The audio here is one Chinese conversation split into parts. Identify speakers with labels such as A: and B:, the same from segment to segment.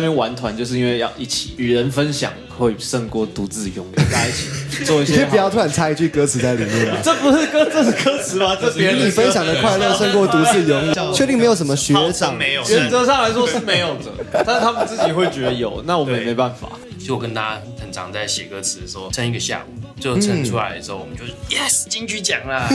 A: 那边玩团就是因为要一起与人分享，会胜过独自拥有。大家一起做一
B: 你可以
A: 些
B: 不
A: 好，
B: 要突然插一句歌词在里面啊。
A: 这不是歌，这是歌词吗？这是别人的
B: 你
A: 歌
B: 分享的快乐胜过独自拥有，确定没有什么学
C: 号
B: 长
C: 称没有
A: 原则上来说是没有的，但是他们自己会觉得有，那我们也没办法。
D: 其实我跟大家很常在写歌词的时候撑一个下午，
C: 嗯
D: 就撑出来的时候，我们就 yes 金曲奖啦。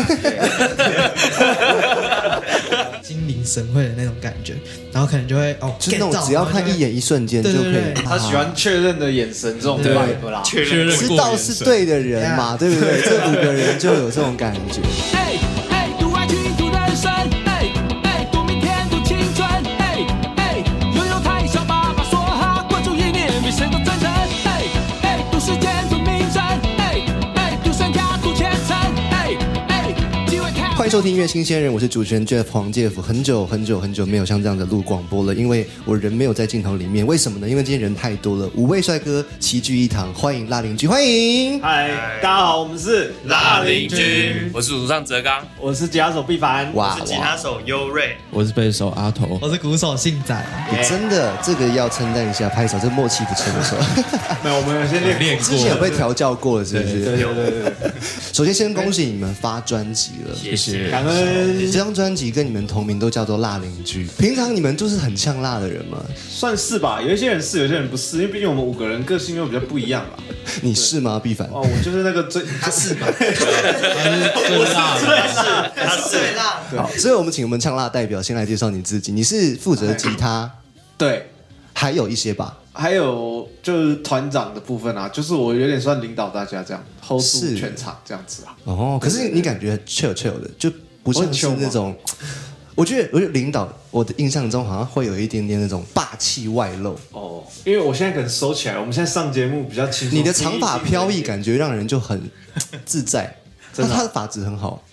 E: 心领神会的那种感觉，然后可能就会哦，
B: 就是那
E: get 到
B: 种只要
E: 然后就
B: 看
E: 会
B: 一眼一瞬间就可
E: 对
B: 以
E: 对。对
A: 他喜欢确认的眼神这种 vibe 啦。
C: 确认过
B: 知道是对的人嘛，对不对？这五个人就有这种感觉。
F: 哎哎，独爱君主人生，哎哎，赌明天，赌青春，哎哎，拥有太小，爸爸说哈，关注一念比谁都真诚，哎哎，赌时间，赌名声，哎哎，赌身价，赌前程，哎哎，机会太好
B: 欢迎收听音乐新鲜人，我是主持人 Jeff 黄介甫。很久很久很久没有像这样的录广播了，因为我人没有在镜头里面。为什么呢？因为今天人太多了，五位帅哥齐聚一堂，欢迎辣邻居，欢迎。
A: 嗨，大家好，我们是
C: 拉邻居，
D: 我是主唱泽刚，
A: 我是吉他手毕凡，
B: 哇
C: 是吉他手优瑞，
G: 我是贝斯手阿头，
E: 我是鼓手信仔，啊
A: 哎
B: 你真的这个要称赞一下，拍手，这默契不错不错。
A: 没有，我们先练
G: 练
B: 之前有被调教过了，是不是？
A: 对对对对，
B: 首先先恭喜你们发专辑了。
D: 谢谢。
A: 感恩
B: 这张专辑跟你们同名，都叫做《辣邻居》。平常你们就是很像辣的人吗？
A: 算是吧。有一些人是，有些人不是，因为毕竟我们五个人个性又比较不一样吧。
B: 你是吗，毕凡？
A: 哦，我就是那个最，他是吧？
G: 最辣的，
C: 他是
B: 好，所以我们请我们呛辣代表先来介绍你自己。你是负责吉他，
A: 对，
B: 还有一些吧？
A: 还有就是团长的部分啊，就是我有点算领导大家这样，hold 住
B: 是
A: 全场这样子啊。
B: 哦，可是你感觉 chill chill 的，就不像是那种。我觉得，我觉得领导，我的印象中好像会有一点点那种霸气外露。
A: 哦，因为我现在可能收起来，我们现在上节目比较轻松。
B: 你的长发飘逸感觉让人就很自在。他他的发质很好，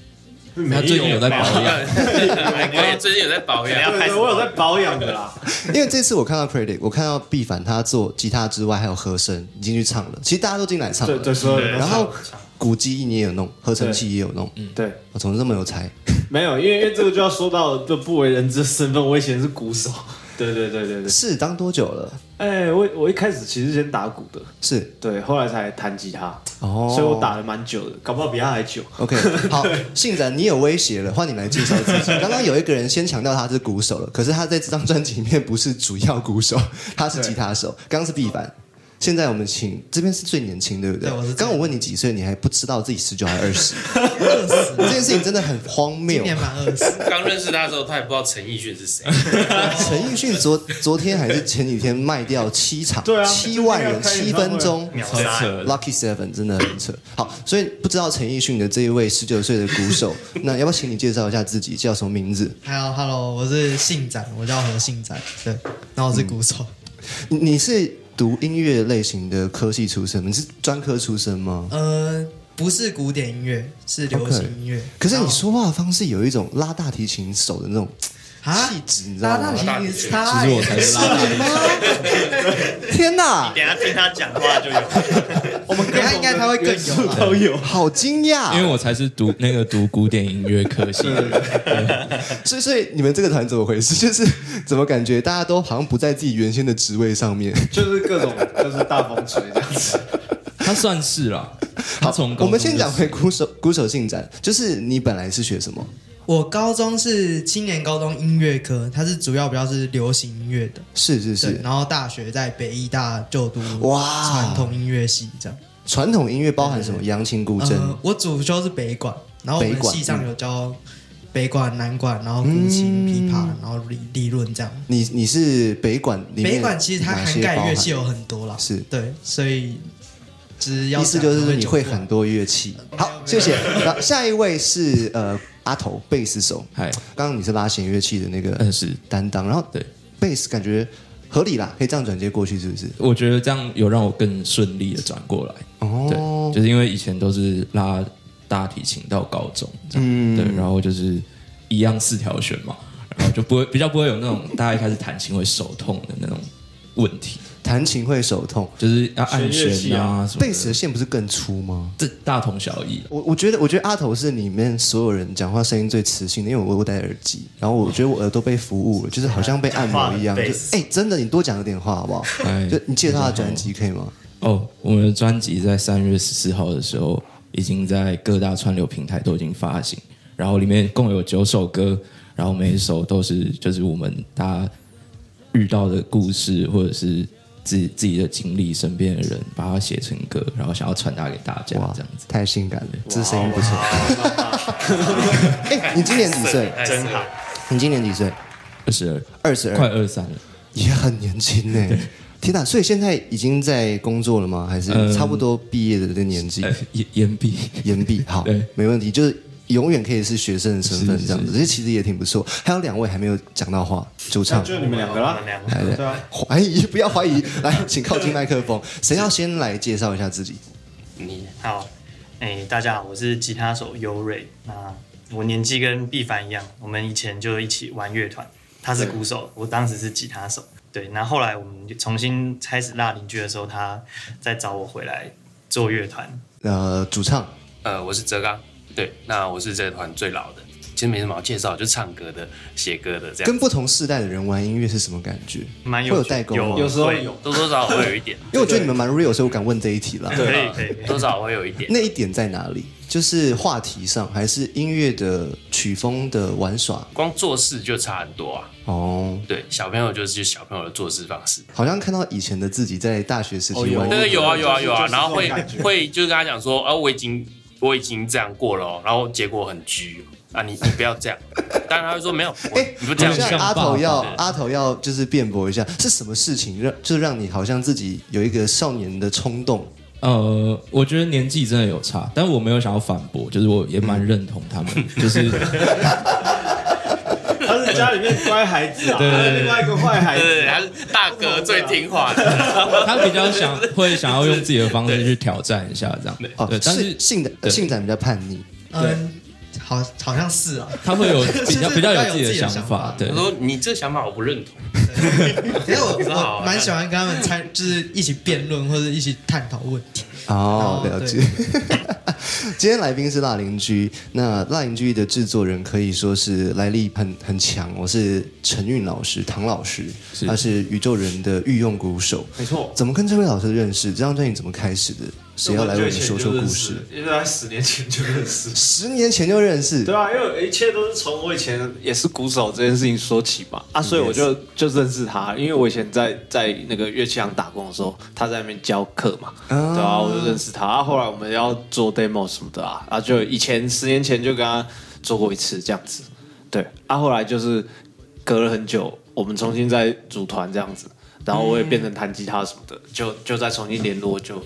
A: 没
G: 他最近有在保 养，
D: 我也最近有在保 养，
C: 要
A: 对
C: 开始
A: 对，我有在保养的啦。
B: 因为这次我看到 Credit，我看到毕凡他做吉他之外还有和声，已经去唱了。其实大家都进来唱
A: 对
B: 了，
A: 对，所有人都
B: 然
A: 唱
B: 后古迹你也有弄，合成器也有弄，
A: 对，
B: 我怎么这么有才？
A: 没有，因为因为这个就要说到这不为人知的身份，我以前是鼓手。 对对对对对，
B: 是当多久了？
A: 哎，我我一开始其实先打鼓的，
B: 是
A: 对，后来才弹吉他，
B: 哦
A: 所以我打的蛮久的，搞不好比他还久。
B: OK，好，信展你有威胁了，换你来介绍自己。刚刚有一个人先强调他是鼓手了，可是他在这张专辑里面不是主要鼓手， 他是吉他手。刚刚是毕凡，现在我们请这边是最年轻，对不对？
E: 对我是最
B: 刚刚我问你几岁，你还不知道自己十九还 二十，这件事情真的很荒
E: 今
B: 谬。
E: 年满 二十，
D: 刚认识他的时候，他也不知道陈奕迅是谁。
B: 陈奕迅昨昨天还是前几天卖掉七场，
A: 对啊
B: 七万人，
A: 就是
B: 七
A: 那个开演唱会
B: 分钟，
C: 秒
G: 超
C: 杀，
G: 扯的。
B: Lucky Seven 真的很扯。好，所以不知道陈奕迅的这一位十九岁的 鼓手，那要不要请你介绍一下自己叫什么名字？
E: 还有 Hello，我是信仔，我叫何信仔，对，然后我是鼓手，
B: 你你是读音乐类型的科系出身吗，你是专科出身吗？
E: 呃，不是古典音乐，是流行音乐。
B: 嗯可是你说话的方式有一种拉大提琴手的那种
E: 然后啊，
B: 气质，你知
E: 拉
B: 道
E: 大
B: 吗？
E: 提琴
G: 其
E: 他
G: 实我才 是辣 的，
B: 天哪！
C: 等一下听他讲话就有。
E: 我们等一下应该他会更 有吧。
A: 都有，
B: 好惊讶，
G: 因为我才是读那个读古典音乐科系的。
B: 所以所以你们这个团怎么回事？ 就是怎么感觉大家都好像不在自己原先的职位上 面？
A: 就是各种就是大风吹这样子。
G: 他算是啦，他从
B: 我们先讲
G: 回
B: 回鼓手鼓手进展，就是你本来是学什么？
E: 我高中是青年高中音乐科，它是主要比较是流行音乐的，
B: 是是
E: 对
B: 是，
E: 然后大学在北医大就读
B: 哇
E: 传统音乐系这样。
B: 传统音乐包含什么？扬琴、古筝、
E: 呃，我主修是北管，然后我
B: 北
E: 们
B: 管
E: 系上有教北管、南管，然后古琴、琵琶，然后理理论这样。
B: 你你是北管嗯里面
E: 北管其实它涵盖乐器有很多啦，
B: 是
E: 对，所以只
B: 哪些包含，
E: 要
B: 意思就是你会很多乐器。
E: 呃
B: 好，谢谢。然后下一位是呃阿头贝斯手，
G: 嗨，
B: 刚刚你是拉弦乐器的那个
G: 但是
B: 担当，然后
G: 对
B: 贝斯感觉合理啦，可以这样转接过去是不是？
G: 我觉得这样有让我更顺利的转过来。
B: 哦
G: 对，就是因为以前都是拉大提琴到高中这样，
B: 嗯
G: 对，然后就是一样四条 弦嘛，然后就不会比较不会有那种大家一开始弹琴会手痛的那种问题。
B: 弹琴会手痛，
G: 就是要按
A: 弦乐器
G: 弦啊，什么的
B: 贝斯的线不是更粗吗？
G: 这大同小异啦。
B: 我我觉得，我觉得阿头是里面所有人讲话声音最磁性的，因为我我戴耳机，然后我觉得我耳朵被服务了，就是好像被按摩 一样。就
C: 讲话很
B: 哎、真的，你多讲一点话好不好？
G: 哎
B: 就你介绍他的专辑可以吗？
G: 哦，我们的专辑在三月十四号的时候，已经在各大串流平台都已经发行，然后里面共有九首歌，然后每一首都是就是我们大家遇到的故事或者是自己自己的经历，身边的人把它写成歌，然后想要传达给大家
B: 哇
G: 这样子，。
B: 太性感了，这声音不 错。哎、你今年几岁？
C: 嗯真好，
B: 你今年几岁？
G: 二十二，
B: 二十
G: 快
B: 二，
G: 二三了。
B: 也很年轻呢、天哪！所以现在已经在工作了吗？还是
G: 嗯
B: 差不多毕业的这个年纪？
G: 呃岩岩壁，
B: 岩壁好
G: 对，
B: 没问题，就是永远可以是学生的身份
G: 是
B: 这样子，这其实也挺不错。还有两位还没有讲到话，主唱，
A: 哎 就你们两个
C: 我
A: 啦
C: 们，两个
B: 来
A: 对
B: 来
A: 啊，
B: 怀疑不要怀疑， 来，请靠近麦 克风。谁要先来介绍一下自己？
C: 你好，哎，大家好，我是吉他手优瑞。那我年纪跟毕凡一样，我们以前就一起玩乐团，他是鼓手，我当时是吉他手。对，然后后来我们就重新开始拉邻居的时候，他再找我回来做乐团。
B: 呃，主唱，
D: 呃，我是哲刚，对，那我是这个团最老的，其实没什么好介绍，就唱歌的、写歌的这样
B: 跟。不同世代的人玩音乐是什么感觉？
C: 蛮
B: 会
C: 有
B: 有
C: 趣
B: 代沟 吗？
A: 有时候
D: 会
A: 有
D: 多多少少会有一点，嗯
B: 因为我觉得你们蛮 real，所以我敢问这一题啦。
C: 可以可以可以
D: 多少会有一点。
B: 那一点在哪里？就是话题上，还是音乐的曲风的玩耍？
D: 光做事就差很多啊。
B: 哦，
D: 对，小朋友就是小朋友的做事方式。
B: 好像看到以前的自己在大学时
A: 哦
B: 期玩
A: 有
B: 音乐。
D: 那个有啊有啊有啊，
A: 就是
D: 然
A: 这
D: 后会
A: 种感觉
D: 会就是跟他讲说，啊，我已经我已经这样过了哦、然后结果很拘啊，你你不要这 样。当然他会说没有，我你不这样
B: 好像
G: 像
B: 阿
G: 爸
B: 头
G: 爸
B: 要
D: 对
B: 阿头要就是辩驳一下，是什么事情让就是让你好像自己有一个少年的冲动？
G: 呃，我觉得年纪真的有差，但我没有想要反驳，就是我也蛮认同他们，就是
A: 他是家里面乖孩 子啊，
G: 对
A: 他是另外一个坏孩
D: 对，
A: 子
D: 他
A: 啊，
D: 是大哥最听话的，
G: 他比较想会想要用自己的方式去挑战一下这样，
B: 哦
G: 对，，但
B: 是
G: 是
B: 性的
G: 对
B: 性展比较叛逆，
E: 嗯，好，好像是 啊。
G: 他会有比
E: 就
G: 较
E: 是比
G: 比较
E: 较
G: 有
E: 有
G: 自己
E: 自
G: 的
E: 己的
G: 想
E: 想
G: 法
E: 法，
G: 对
D: 我，说你这想法我不认同。
E: 可是我
D: 知道
E: 我蛮喜欢跟他们参， 就是一起辩论或者一起探讨问 题。
B: 哦，
E: 哦
B: 了解。 今天来宾是辣邻居，那辣邻居的制作人可以说是来历很很强。我是陈韵老师，唐老师，
G: 是
B: 他是宇宙人的御用鼓手。
A: 没错。
B: 怎么跟这位老师认识？这张专辑怎么开始的？谁要来为
A: 为
B: 你说说故事？？
A: 因为在十年前就认识。
B: 十年前就认识，
A: 对啊，因为一切都是从我以前也是鼓手这件事情说起嘛，啊，所以我就就认识他，因为我以前在在那个乐器行打工的时候，他在那边教课嘛，
B: 啊
A: 对啊，我就认识他。啊、后来我们要做 demo 什么的啊，啊，就以前十年前就跟他做过一次这样子，对，啊，后来就是隔了很久，我们重新再组团这样子，然后我也变成弹吉他什么的，就就再重新联络，就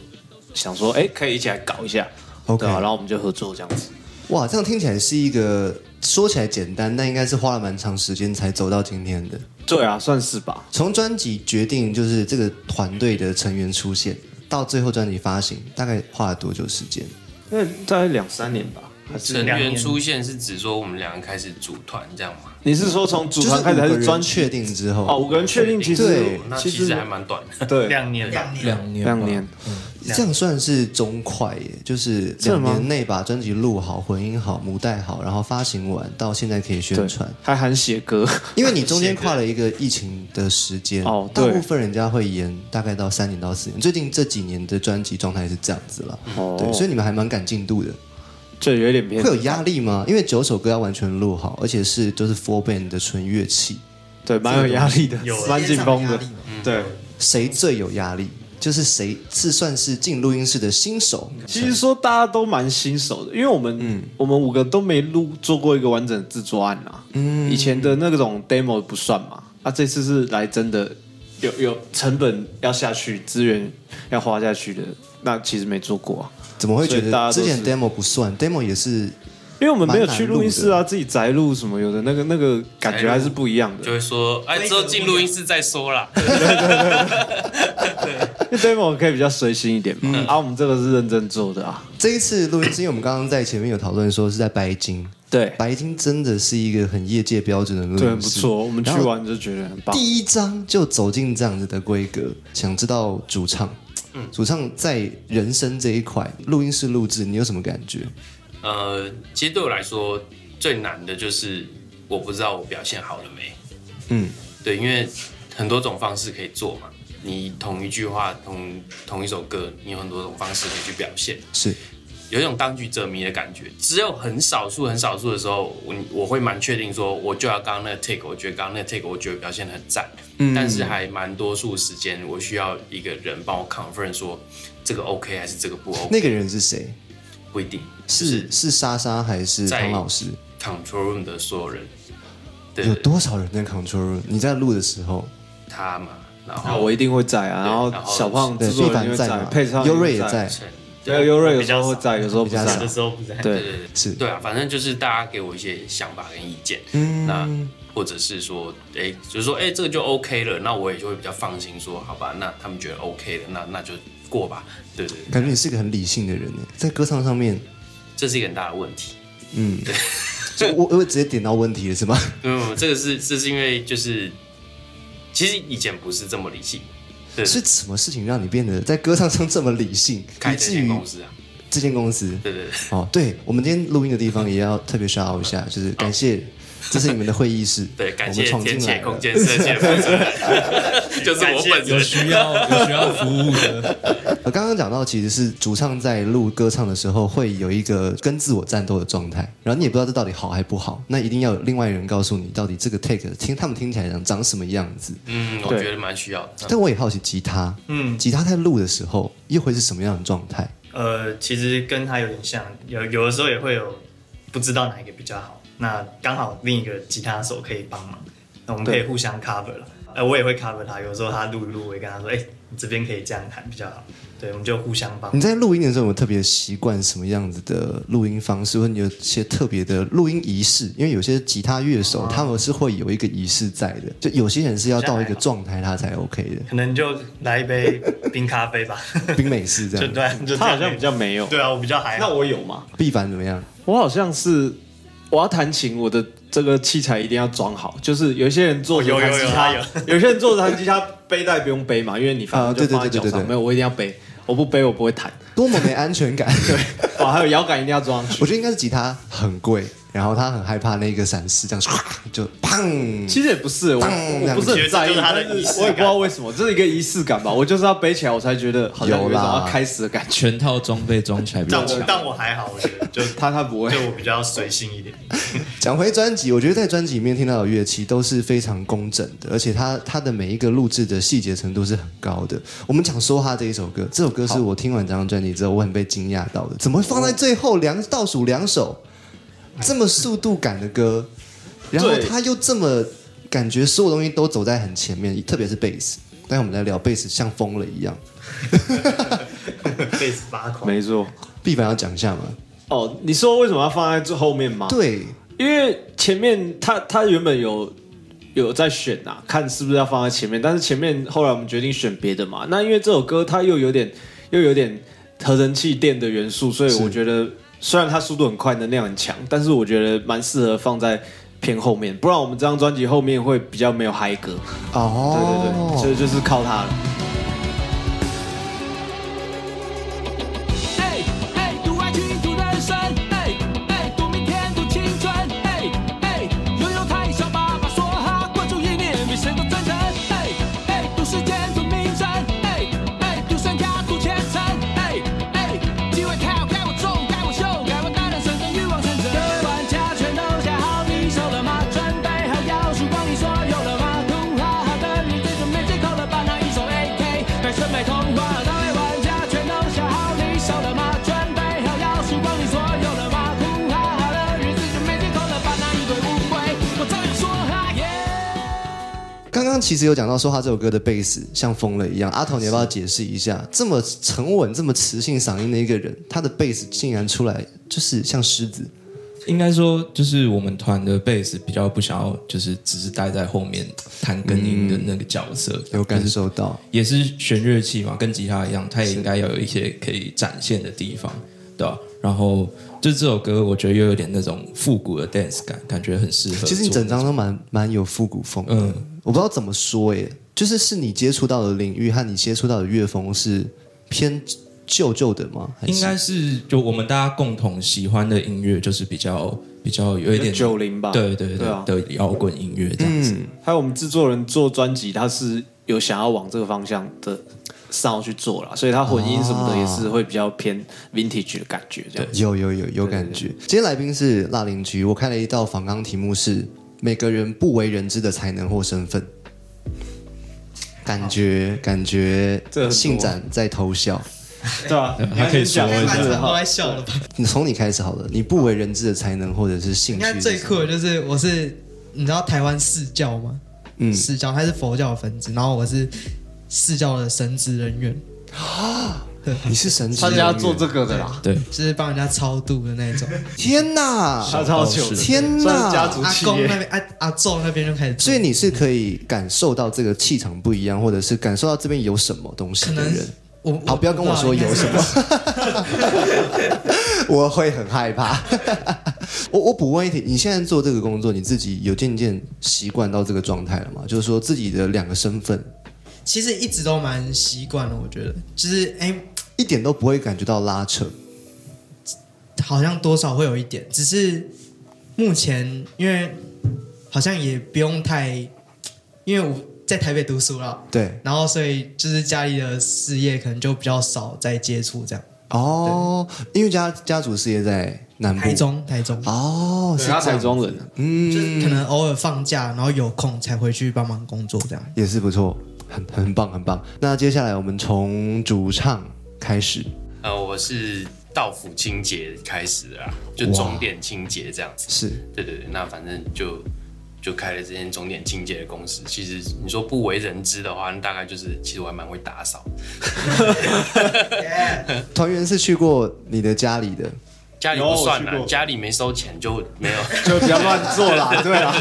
A: 想说，哎，可以一起来搞一下
B: OK
A: 对啊，然后我们就合作这样子。
B: 哇，这样听起来是一个说起来简单，但应该是花了蛮长时间才走到今天的。
A: 对啊，算是吧。
B: 从专辑决定就是这个团队的成员出现，到最后专辑发行，大概花了多久时间？
A: 因为大概两三年吧，还是
D: 成
C: 两
D: 员
C: 年
D: 出现是指说我们两个开始组团这样吗？
A: 你是说从组
B: 就是
A: 团开始还
B: 五个
A: 是
B: 人
A: 专
B: 确定之后，
A: 哦，五个人确定其
B: 对
A: 实
D: 那
A: 其
D: 其实
A: 实
D: 还蛮短的。
A: 对
C: 两年吧，
G: 两年吧
A: 两年，
B: 这样算是中快耶，就是
A: 的
B: 两
A: 吗
B: 年内把专辑录好、混音好、母带好，然后发行完，到现在可以宣
A: 对
B: 传。，
A: 还含写歌，
B: 因为你中间跨了一个疫情的时间，
A: 哦
B: 大
A: 对
B: 部分人家会延大概到三年到四年。最近这几年的专辑状态是这样子了，
A: 哦
B: 对，所以你们还蛮赶进度的。
A: 这有一点偏
B: 会有压力吗？因为九首歌要完全录好，而且是就是 four band 的纯乐器，
A: 对，蛮有啊嗯压力的
C: 有，
A: 蛮紧绷
E: 压
A: 的
B: 啊
E: 力，嘛
A: 对。
B: 谁最有压力？就是谁是算是进录音室的新手，
A: 其实说大家都蛮新手的，因为我们、我们五个都没录做过一个完整的制作案啊，嗯，以前的那种 demo 不算嘛，啊，这次是来真的有有成本要下去，资源要花下去的，那其实没做过啊，
B: 怎么会觉
A: 所以大家都
B: 得之
A: 是
B: 前 demo 不算，demo 也是
A: 因为我们没有去录音室啊，自己宅录什么有的那个那个感觉还是不一样的
D: 就。会说，哎，之后进录音室再说啦。
A: 因为 demo 可以比较随心一点嘛，
B: 嗯
A: 啊，我们这个是认真做的啊，
B: 这一次录音，是因为我们刚刚在前面有讨论说是在白金，
A: 对，
B: 白金真的是一个很业界标准的录音室，
A: 对，很不错。我们去完就觉得很棒。
B: 第一章就走进这样子的规格，想知道主唱，主唱在人生这一块，录音室录制，你有什么感觉？
D: 呃，其实对我来说最难的就是我不知道我表现好了没。
B: 嗯，
D: 对，因为很多种方式可以做嘛。你同一句话、同同一首歌，你有很多种方式可以去表现，
B: 是
D: 有一种当局者迷的感觉。只有很少数、很少数的时候，我我会蛮确定说，我就要刚刚那个 take，我觉得刚刚那个 take，我觉得表现很赞。
B: 嗯
D: 但是还蛮多数时间，我需要一个人帮我 confirm 说这个 OK 还是这个不 OK，
B: 那个人是谁？
D: 不一定。
B: 是是莎莎还是
D: 在
B: 唐老师？
D: control room 的所有人，对
B: 有多少人在 control room？你在录的时候，
D: 他嘛，然
A: 啊
D: 后
A: 我一定会在啊，
D: 对
A: 然后
D: 然后
A: 小胖
B: 对
A: 制作人
B: 毕凡
A: 也会
B: 在
A: 在，
B: 嘛
A: 配唱
B: 优瑞也
A: 会
B: 在，，
A: 对，优瑞有
C: 比
A: 时
C: 较
A: 候会
C: 少
A: 在，有时候不
B: 比较
A: 在
B: 少
C: 有，时候不在。
A: 对
D: 对对对
B: 是
D: 对啊，反正就是大家给我一些想法跟意见，
B: 嗯
D: 那或者是说，哎，就是说，哎，这个就 OK 了，那我也就会比较放心说，好吧，那他们觉得 OK 了，那那就过吧，对对对，
B: 感觉你是个很理性的人耶，在歌唱上面，
D: 这是一个很大的问题。
B: 嗯，就我我直接点到问题了是吗？
D: 嗯，这个是这是因为就是，其实以前不是这么理性，对，
B: 是什么事情让你变得在歌唱上这么理性，
D: 开
B: 以
D: 这
B: 至
D: 间
B: 于
D: 公司啊，
B: 这间公司？
D: 对对对。
B: 哦，对，我们今天录音的地方也要特别 shout out 一下，就是感谢， 这是你们的会议室，
D: 对，感
B: 我
D: 谢
B: 们闯
D: 天
B: 进
D: 界
B: 来
D: 空
B: 了。
D: 间设计的负责人，就是我本
G: 有
D: 人。
G: 需要有需要服务的，
B: 我呃刚刚讲到，其实是主唱在录歌唱的时候会有一个跟自我战斗的状态，然后你也不知道这到底好还不好，那一定要有另外人告诉你到底这个 take 听他们听起来长长什么样子。
D: 嗯，我
A: 对
D: 觉得蛮需要的。
B: 但我也好奇吉他，嗯，吉他在录的时候又会是什么样的状态？
C: 呃，其实跟他有点像，有有的时候也会有不知道哪一个比较好，那刚好另一个吉他手可以帮忙，那我们可以互相 cover 了。呃，我也会 cover 他，有时候他录一录，我会跟他说，哎、你这边可以这样弹比较好，对，我们就互相帮
B: 你。在录音的时候有没有特别习惯什么样子的录音方式，或者你有些特别的录音仪式？因为有些吉他乐手他们是会有一个仪式在的，就有些人是要到一个状态他才 OK
C: 可能就来一杯冰咖啡吧，
B: 的，冰美式这
C: 就
B: 样。
C: 对，啊就
A: 他好像比较没有。
C: 对啊，我比较还好
A: 那我有吗？
B: 必凡怎么样？
A: 我好像是我要弹琴，我的这个器材一定要装好。就是有一些人坐着
C: 哦有
A: 弹
C: 有
A: 吉
C: 有
A: 他，
C: 他有
A: 些人坐着弹吉他，背带不用背嘛，因为你
B: 啊
A: 反正
B: 对
A: 就
B: 对
A: 放在
B: 对
A: 脚
B: 对对
A: 上。
B: 对
A: 没有，我一定要背，我不背我不会弹。
B: 多么没安全感！对，
A: 哦，还有摇杆一定要装上去
B: 我。觉得应该是吉他很贵，然后他很害怕那个闪失，这样唰就砰。
A: 其实也不是，我
B: 嗯
A: 我不是很在意，但是我也不知道为什么，这是一个仪式感吧。我就是要背起来，我才觉得好像有一种要开始的感觉。
G: 全套装备装起来比
C: 但
G: 较
C: 我
G: 强。
C: 但我还好，我觉得就
A: 他他不会
C: 就我比较随性一点。
B: 讲回专辑，我觉得在专辑里面听到的乐器都是非常工整的，而且它它的每一个录制的细节程度是很高的。我们讲《说哈》这一首歌，这首歌是我听完这张专辑之后，我很被惊讶到的，怎么会放在最后两倒数两首这么速度感的歌，然后
A: 对
B: 他又这么感觉所有东西都走在很前面，特别是贝斯。但我们在聊贝斯像疯了一样，
C: 被发狂。
A: 没错。
B: 必凡要讲一下吗？
A: 哦，你说为什么要放在最后面吗？，
B: 对，
A: 因为前面他他原本有有在选啊，看是不是要放在前面，但是前面后来我们决定选别的嘛。那因为这首歌它又有点又有点合成器电的元素，所以我觉得虽然它速度很快，能量很强，但是我觉得蛮适合放在偏后面，不然我们这张专辑后面会比较没有嗨歌。对对
B: 哦，
A: 对，所以就是靠它了。
F: 哎哎，独爱君主人生，哎哎，赌明天，赌青春，哎哎，悠悠太小，爸爸说哈，关注一念比谁都真诚，哎哎，赌时间，赌名声，哎哎，赌身家，赌前程，哎哎，机会跳，该我中，该我秀，该我大胆生存，欲望成真。各位玩家全都下好你手了吗？准备好要输光你所有了吗？图好好的你，最准备最口的伴郎，一手 AK，百胜美童话，各位玩家全都下好你手了吗？准备好要输光你所有了吗？图好好的日子，准备最口的啊伴郎，一堆乌龟，我照样说哈耶。
B: 刚刚其实有讲到说他这首歌的贝斯像疯了一样，阿童你要不要解释一下？这么沉稳、这么磁性嗓音的一个人，他的贝斯竟然出来就是像狮子，
G: 应该说，就是我们团的贝斯比较不想要，就是只是待在后面弹根音的那个角色，
B: 嗯有感受到。
G: 也是弦乐器嘛，跟吉他一样，它也应该要有一些可以展现的地方。对吧、然后就这首歌，我觉得又有点那种复古的 dance 感，感觉很适合做。
B: 其实你整张都蛮蛮有复古风的，
G: 嗯
B: 我不知道怎么说耶，就是是你接触到的领域和你接触到的乐风是偏旧旧的吗？还是
G: 应该是就我们大家共同喜欢的音乐，就是比较比较有一点
A: 九零吧，
G: 对对对
A: 对啊，
G: 的摇滚音乐这样子。
A: 嗯，还有我们制作人做专辑，他是有想要往这个方向的 sound 去做啦，所以他混音什么的也是会比较偏 vintage 的感觉，这样
B: 有有有有感觉。今天来宾是辣邻居，我看了一道访纲题目是每个人不为人知的才能或身份。感觉感觉
A: 这很，多
B: 信展在偷笑。
A: 对啊，还可以讲
E: 应该蛮
A: 是
E: 常都
A: 哈
E: 在笑了吧？
B: 你从你开始好了，你不为人知的才能或者是兴
E: 应
B: 趣是什
E: 该
B: 么，
E: 最酷的就是我是，你知道台湾释教吗？
B: 嗯
E: 释教它是佛教的分支，然后我是释教的神职人员，
B: 你是神职
A: 参加做
B: 人员
A: 这个的啦，
G: 对，
E: 就是帮人家超度的那 一种。啊
B: 天哪，
A: 他超久的，
B: 天
A: 算是家
B: 哪！
A: 族
E: 阿
A: 企
E: 公
A: 业
E: 那。边阿阿昼那边就开始做，
B: 所以你是可以感受到这个气场不一样，或者是感受到这边有什么东西
E: 可
B: 的
E: 能
B: 人。
E: 我
B: 好，哦不要跟我说有什，
E: 知道应该
B: 么， 我会很害怕。 我我补问一题，你现在做这个工作，你自己有渐渐习惯到这个状态了吗？就是说自己的两个身份，
E: 是 其实一直都蛮习惯了，我觉得就是哎、
B: 一点都不会感觉到拉扯。
E: 好像多少会有一点，只是目前因为好像也不用太，因为我在台北读书了，
B: 对，
E: 然后所以就是家里的事业可能就比较少在接触这样。
B: 哦，因为家家族事业在南部，
E: 台中，台中，
B: 哦，是嗯
A: 他
B: 这
A: 台
B: 样
A: 中人，
E: 就是可能偶尔放假，然后有空才回去帮忙工作这样。
B: 也是不错，很很棒，很棒。那接下来我们从主唱开始，
D: 呃，我是到府清洁开始的啦，就终点清洁这样子。
B: 是
D: 对对对，那反正就就开了这间终点清洁的公司。其实你说不为人知的话，那大概就是其实我还蛮会打扫。
B: 团员是去过你的家里的，
D: 家里
A: 有
D: 不
A: 我
D: 算
A: 去
D: 啦，
A: 过
D: 家里没收钱就没有。
A: 就不要乱做啦， 对啦，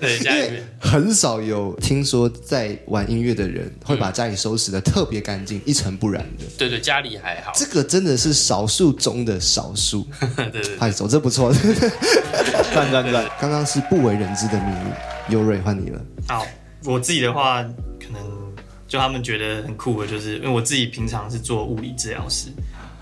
D: 对，家
B: 因
D: 里
B: 为
D: 面
B: 很少有听说在玩音乐的人会把家里收拾的特别干净、一尘不染的。
D: 对对，家里还好。
B: 这个真的是少数中的少 数，
D: 对对对，
B: 快手这不错。
A: 赞赞赞，
B: 刚刚是不为人知的秘密，优瑞换你了。
C: 好，啊我自己的话，可能就他们觉得很酷的，就是因为我自己平常是做物理治疗师，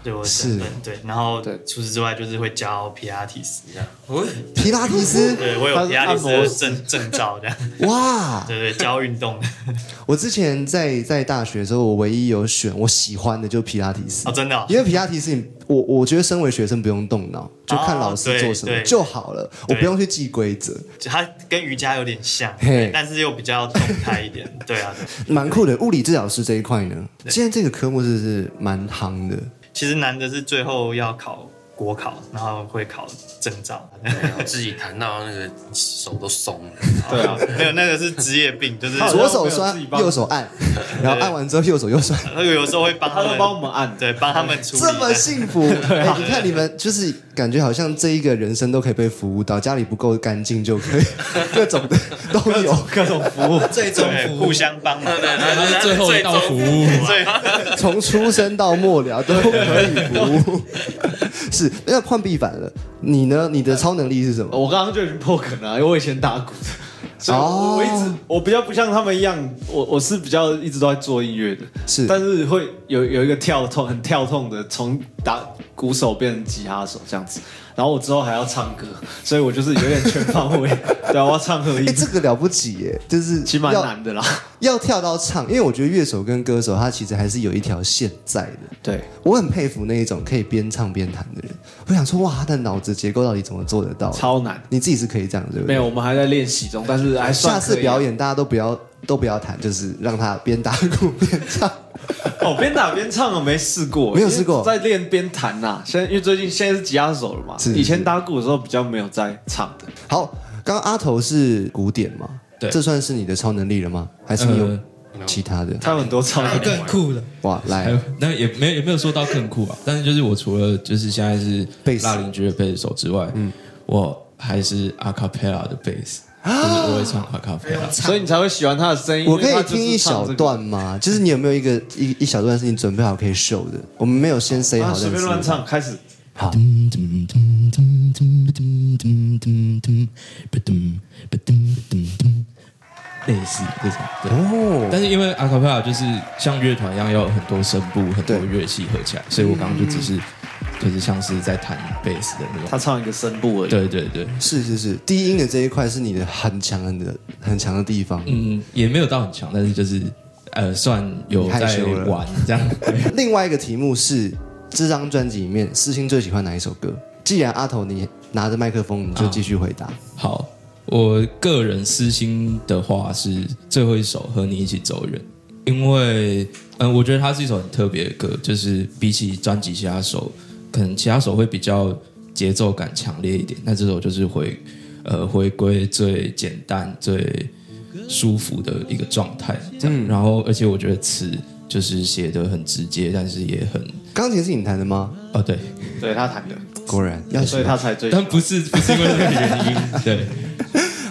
C: 对我的身份对，然后
A: 对
C: 除此之外就是会教 p 拉提斯这样。哦
B: 皮拉提 斯，
C: 对我
A: 他
C: 有
A: 是
C: p 拉提斯的
A: 按摩师
C: 证证照这样，
B: 哇！
C: 对对，教运动 的
B: 我之前在在大学的时候，我唯一有选我喜欢的就是皮拉提斯
C: 哦，。真的哦
B: 因为皮拉提斯你，我我觉得身为学生不用动脑，就看
C: 哦
B: 老师做什么
C: 对对
B: 就好了，我
C: 对
B: 不用去记规则，
C: 它跟瑜伽有点像，
B: 嘿
C: 对但是又比较动态一点。 对啊，对
B: 蛮酷的。物理治疗师这一块呢，现在这个科目是是蛮夯的，
C: 其实难的是最后要考国考，然后会考证照。
D: 自己弹到那个手都松了。
A: 对啊，
C: 没有那个是职业病，就是
A: 好
B: 左
A: 像
B: 手
A: 没有自
B: 酸
A: 己，帮
B: 右手 按，然后按完之后右手又酸，
C: 那个有时候会帮
A: 他
C: 他
A: 都
C: 们
A: 帮我们按，
C: 对，帮他们处理
B: 这么
C: 的
B: 幸福。哎、你看你们就是感觉好像这一个人生都可以被服务到，家里不够干净就可以， 各种的都有。
A: 各种服务，
E: 最终
C: 对，
E: 服
C: 互
E: 务，
C: 相帮忙。
G: 它是最后一道服 务。
C: 最
B: 从出生到末了都可以 服务。是，那换必反了。你呢？你的超能力是什么？
A: 我刚刚就已经破梗了，因为我以前打鼓的，所以
B: 哦
A: 我一直我比较不像他们一样，我我是比较一直都在做音乐的，
B: 是
A: 但是会有有一个跳痛，很跳痛的，从打鼓手变成吉他手这样子，然后我之后还要唱歌，所以我就是有点全方 位，对啊，我要唱合音
B: 哎、，这个了不起耶！就是
A: 其实蛮
B: 要
A: 难的啦，
B: 要跳到唱，因为我觉得乐手跟歌手他其实还是有一条线在的。
A: 对，
B: 我很佩服那一种可以边唱边弹的人。我想说，哇，他的脑子结构到底怎么做得到？
A: 超难。
B: 你自己是可以这样，对不对？
A: 没有，我们还在练习中，但是还算
B: 下次
A: 可以啊
B: 表演大家都不要都不要弹，就是让他边打鼓边 唱。
A: 哦，边打边唱我没试过，
B: 没有试过
A: 因为在练边弹呐。现在因为最近现在是吉他手了嘛
B: 是，
A: 以前打鼓的时候比较没有在唱的。
B: 好，刚刚阿头是古典嘛？
G: 对
B: 这算是你的超能力了吗？还是你有其他的？
A: 他呃有很多唱
B: 嗯
E: 还有更酷的，
B: 哇，
G: 还
B: 来
G: 有，，哎那也没有也没有说到更酷啊。但是就是我除了就是现在是
B: 贝斯
G: 拉邻居的贝斯手之外，嗯，我还是 a cappella 的贝斯，
A: 啊
G: 就是我会唱 a cappella。
A: 所以你才会喜欢他的声音。
B: 我可
A: 因为
B: 以
A: 他就是
B: 听一
A: 唱
B: 小
A: 这个
B: 段吗？就是你有没有一个一一小段是你准备好可以秀的？我们没有先 say
A: 啊
B: 好，
A: 随
B: 但
A: 便
B: 是
A: 乱唱，开始。好
G: 噔噔噔噔噔噔噔噔噔，吧噔吧噔吧噔噔，类似这种。对
B: 哦
G: 但是因为阿卡贝拉就是像乐团一样，要有很多声部、很多
B: 对
G: 乐器合起来，所以我刚刚就只是就是像是在弹贝斯的那
A: 他
G: 种。
A: 唱一个声部而已。
G: 对对对，
B: 是是是，低音的这一块是你的很强的很强的地方。
G: 嗯，也没有到很强，但是就是呃，算有
B: 你害
G: 在
B: 羞了
G: 玩这样。对
B: 另外一个题目是这张专辑里面思欣最喜欢哪一首歌？既然阿头你拿着麦克风，你就继续回答。
G: 好，我个人私心的话是最后一首《和你一起走远》，因为嗯，我觉得它是一首很特别的歌，就是比起专辑其他首，可能其他首会比较节奏感强烈一点，那这首就是回呃回归最简单最。舒服的一个状态，这样。然后，而且我觉得词就是写的很直接，但是也很
B: 钢琴是你弹的吗？
G: 哦，对，
A: 对他弹的，
B: 果然要
A: 所以他才最喜
G: 但
A: 欢。
G: 不是不是因为这个原因，对，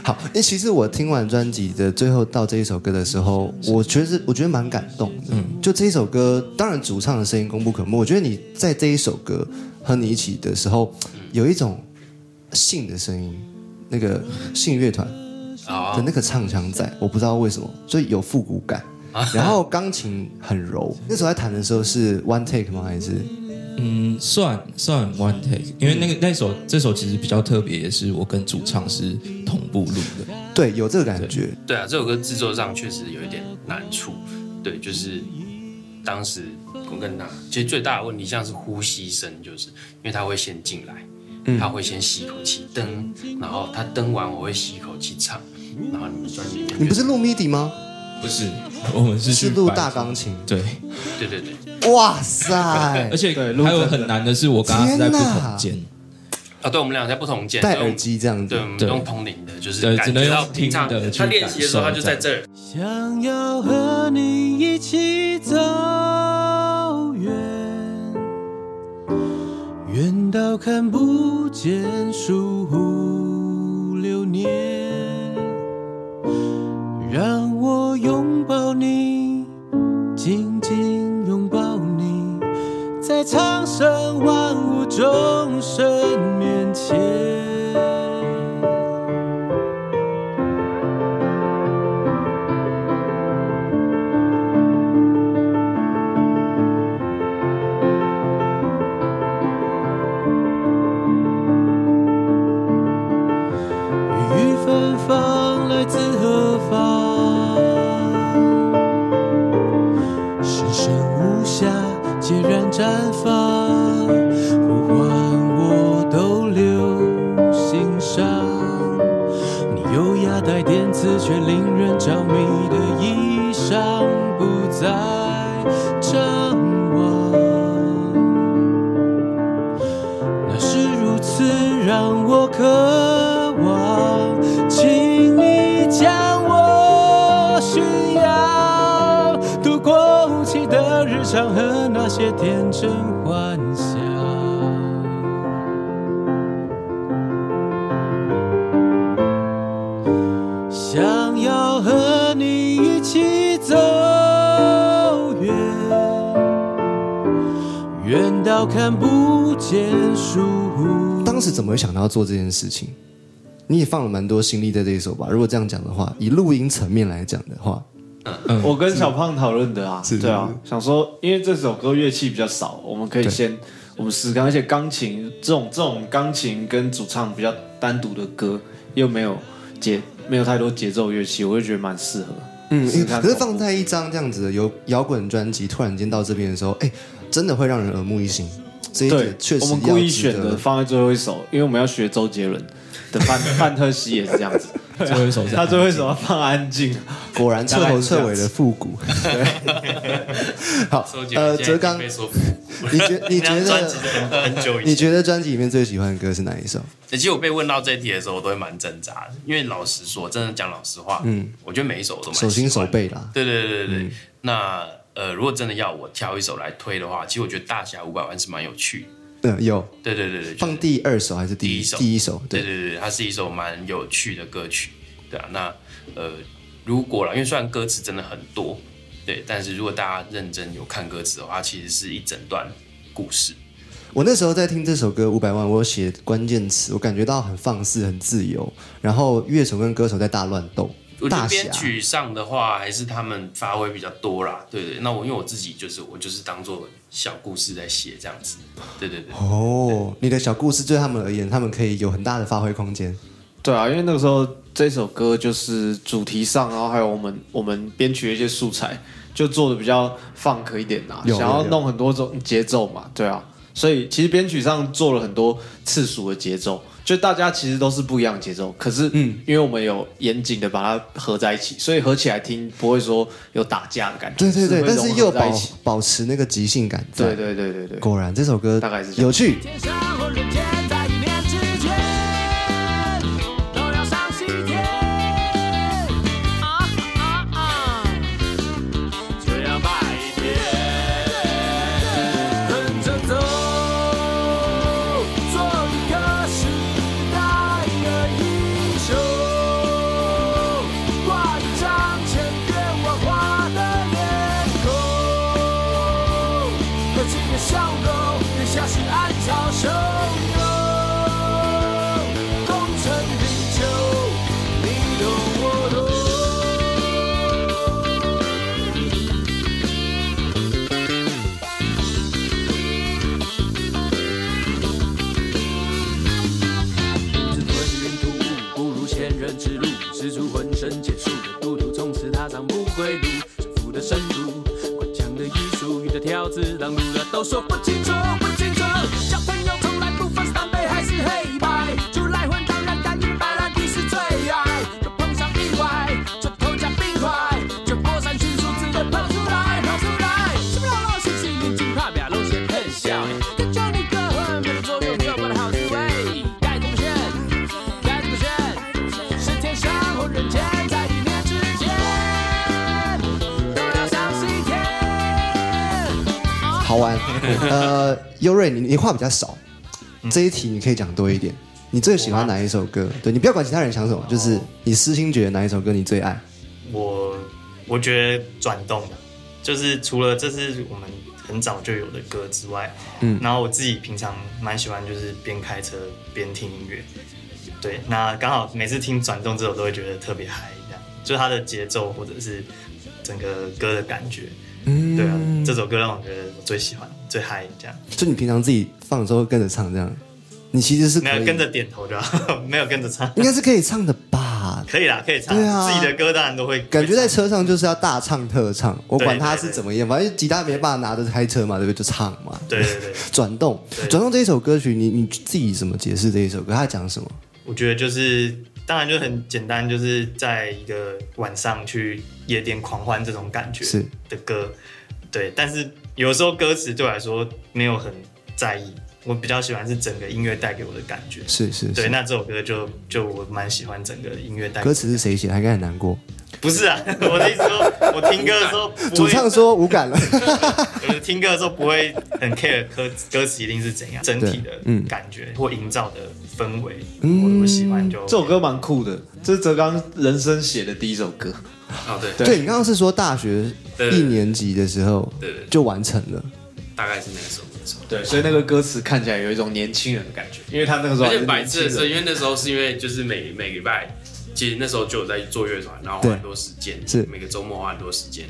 B: 好，因为其实我听完专辑的最后到这一首歌的时候，我觉得我觉得蛮感动的。嗯，就这一首歌，当然主唱的声音功不可没。我觉得你在这一首歌和你一起的时候，有一种信的声音，那个信乐团的
D: 啊，
B: 那个唱腔在，我不知道为什么，所以有复古感。
A: 啊
B: 然后钢琴很柔，那时候在弹的时候是 one take 吗？还是
G: 嗯，算算 one take，因为那个那首这首其实比较特别，也是我跟主唱是同步录的。
B: 对，有这个感觉。
D: 对啊，这首歌制作上确实有一点难处，对，就是当时我跟他，其实最大的问题像是呼吸声，就是因为他会先进来，
B: 嗯
D: 他会先吸一口气蹬，然后他蹬完我会吸一口气唱，然后你们专辑里面
B: 你不
D: 就是
B: 录 MIDI 吗？
G: 不是，我们是去
B: 是录
G: 摆
B: 大钢琴。
G: 对，
D: 对对对，
B: 哇塞
G: 而！且
A: 对录
G: 还有
A: 真的
G: 很难的是，我跟他是在不同间，
D: 啊，对，我们俩在不同键，
B: 戴
D: 所以我
B: 耳
D: 们
B: 机这样子
D: 对，我。们
G: 对
D: 用通灵的，就是
G: 对
D: 感
G: 只能
D: 觉
G: 用
D: 到平常
G: 听的去
D: 他练习的时候，他
G: 感
D: 就
G: 受
D: 在这儿。
F: 想要和你一起走远，远到看不见树湖流年。让我拥抱你，紧紧拥抱你，在苍生万物众生面前。雨雨芬芳来自何方？神圣无暇，孑然绽放，呼唤我逗留心上。你优雅带点刺，却令人着迷的衣裳，不再张望。那是如此让我渴望，请你将我驯养，度过无期的日常和那些天真幻想。想要和你一起走远。远到看不见树木。
B: 当时怎么会想到要做这件事情？你也放了蛮多心力在这一首吧？如果这样讲的话，以录音层面来讲的话，
A: 我跟小胖讨论的啊，
B: 嗯是
A: 对啊
B: 是，
A: 想说因为这首歌乐器比较少，我们可以先我们试钢，而且钢琴这种这种钢琴跟主唱比较单独的歌，又没有节没有太多节奏乐器，我就觉得蛮适合。
B: 嗯，
A: 试试看
B: 可是放在一张这样子的摇摇滚专辑，突然间到这边的时候，哎，真的会让人耳目一新。这一
A: 对
B: 点确，实
A: 我们
B: 要
A: 故意
B: 值
A: 选
B: 得
A: 的放在最后一首，因为我们要学周杰伦的范 范特西也是这样子，
G: 最后一首是
A: 他最后一首要放安静，
B: 果然彻头彻尾的复古。好
D: 收，集
B: 呃，
D: 现在已
B: 哲
D: 经
B: 刚，
D: 被说服
B: 你觉你
C: 那
B: 觉
C: 张专
B: 得
C: 辑真的很久以
B: 你
C: 前，
B: 觉得专辑里面最喜欢的歌是哪一首？
D: 其实我被问到这一题的时候，我都会蛮挣扎的，因为老实说，真的讲老实话，嗯，我觉得每一首我都蛮喜
B: 手
D: 欢
B: 心手背嗯啦。
D: 对对对对对。那呃，如果真的要我挑一首来推的话，其实我觉得《大侠五百万》是蛮有趣的。
B: 嗯，有
D: 对对对对，就是
B: 放第二首还是第
D: 第一首
B: 第一首，
D: 对
B: 对，
D: 对对，对它是一首蛮有趣的歌曲，对啊。那呃，如果啦，因为虽然歌词真的很多，对，但是如果大家认真有看歌词的话，其实是一整段故事。
B: 我那时候在听这首歌《五百万》，我有写关键词，我感觉到很放肆、很自由，然后乐手跟歌手在大乱斗
D: 我，觉
B: 大
D: 得
B: 侠
D: 编。曲上的话，还是他们发挥比较多啦，对对。那我因为我自己就是我就是当做小故事在写这样子，对对对。
B: 哦，你的小故事对他们而言，他们可以有很大的发挥空间。
A: 对啊，因为那个时候这首歌就是主题上，然后还有我们我们编曲的一些素材，就做的比较 funk 一点啦、啊
B: 有
A: 想要
B: 有有
A: 弄很多种节奏嘛，对啊，所以其实编曲上做了很多次数的节奏，就大家其实都是不一样的节奏，可是嗯，因为我们有严谨的把它合在一起，所以合起来听不会说有打架的感觉，
B: 对对对，
A: 会
B: 但
A: 融
B: 是
A: 合
B: 又
A: 在
B: 保
A: 一起，
B: 保持那个即兴感在。
A: 对对对对对，
B: 果然这首歌
A: 大概是这样
B: 有趣。
F: 天上和人间，在一念之间，都要上西天。啊啊啊！这样拜天，跟着走，做一个时代的英雄，挂一张千变万化的脸孔。热情的笑容，也像是暗潮汹涌，功成名就，你懂我懂。自吞云吐雾，不如仙人指路，使出浑身解数的赌徒，从此踏上不归路。沉浮的深入，官腔的艺术，遇到条子挡路了，都说不清楚，不清楚。交朋友从来不分是蓝白还是黑白，出来混当然干净白烂地是最爱。若碰上意外，就投降冰块，就过山迅速直接跑出来，跑出来。什么老老实实，眼睛怕表露些喷笑，跟着你歌哼，别人左右没有我的好滋味，该怎么选？该怎么选？是天上或人间，在一念之间，都要上西天。
B: 好 玩。呃，优瑞，你你话比较少，
D: 嗯
B: 这一题你可以讲多一点。你最喜欢哪一首
D: 啊
B: 歌？对你不要管其他人想什么，就是你私心觉得哪一首歌你最爱？
C: 我我觉得转动吧，就是除了这是我们很早就有的歌之外，嗯，然后我自己平常蛮喜欢就是边开车边听音乐，对，那刚好每次听转动这首都会觉得特别嗨，这样，就是它的节奏或者是整个歌的感觉，嗯，对啊，这首歌让我觉得我最喜欢最嗨，这样，
B: 就你平常自己放的时候跟着唱这样，你其实是可
C: 没有
B: 以
C: 跟着，点头就好， 没有跟着唱，
B: 应该是可以唱的吧？
C: 可以啦，可以唱，
B: 对啊
C: 自己的歌当然都会，
B: 感觉在
C: 会唱
B: 车上就是要大唱特唱，我管
C: 对
B: 他
C: 对
B: 是
C: 对
B: 怎么样，反正吉他没办法拿着开车嘛，对不对？就唱嘛。
C: 对对对。
B: 转动，
C: 对
B: 转动这一首歌曲，你你自己怎么解释这一首歌？它讲什么？
C: 我觉得就是，当然就很简单，就是在一个晚上去夜店狂欢这种感觉
B: 是
C: 的歌，对。但是有时候歌词对我来说没有很在意，我比较喜欢是整个音乐带给我的感觉。
B: 是是
C: 对，
B: 是，
C: 那这首歌就就我蛮喜欢整个音乐带给
B: 歌词是谁写的？他应该很难过。
C: 不是啊，我的意思说，我听歌的时候不会，
B: 主唱说无感了。
C: 我听歌的时候不会很 care 歌歌词一定是怎样，整体的
B: 嗯
C: 感觉、或营造的氛围，我我喜欢就 OK、
A: 这首歌蛮酷的，这是泽刚人生写的第一首歌，
D: 哦，对，
A: 对
B: 对你刚刚是说大学
D: 对
B: 一年级的时候
D: 对对对
B: 就完成了，
D: 大概是那个时候。那个时候
A: 对，所以那个歌词看起来有一种年轻人的感觉，因为他那个时候
D: 而
A: 还是
D: 且白痴的
A: 年轻
D: 是，
A: 人
D: 因为那时候是因为就是每每个礼拜，其实那时候就有在做乐团，然后
B: 对
D: 花很多时间，
B: 是
D: 每个周末花很多时间，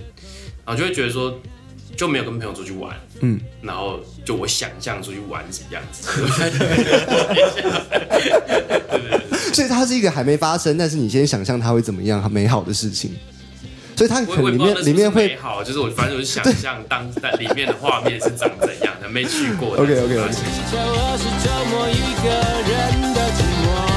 D: 然后就会觉得说就没有跟朋友出去玩，
B: 嗯，
D: 然后就我想象出去玩是什么样 子，
B: 所以它是一个还没发生，但是你先想象它会怎么样美好的事情，所以它
D: 我
B: 可
D: 也我
B: 能
D: 也
B: 里面
D: 不知道那
B: 里
D: 是
B: 面
D: 不是美
B: 会
D: 好，就是我反正我就想象当在里面的画面是长怎样的，没去过
B: OK，OK，OK
D: 但是我把它想象
F: 这我是折磨一个人的寂寞。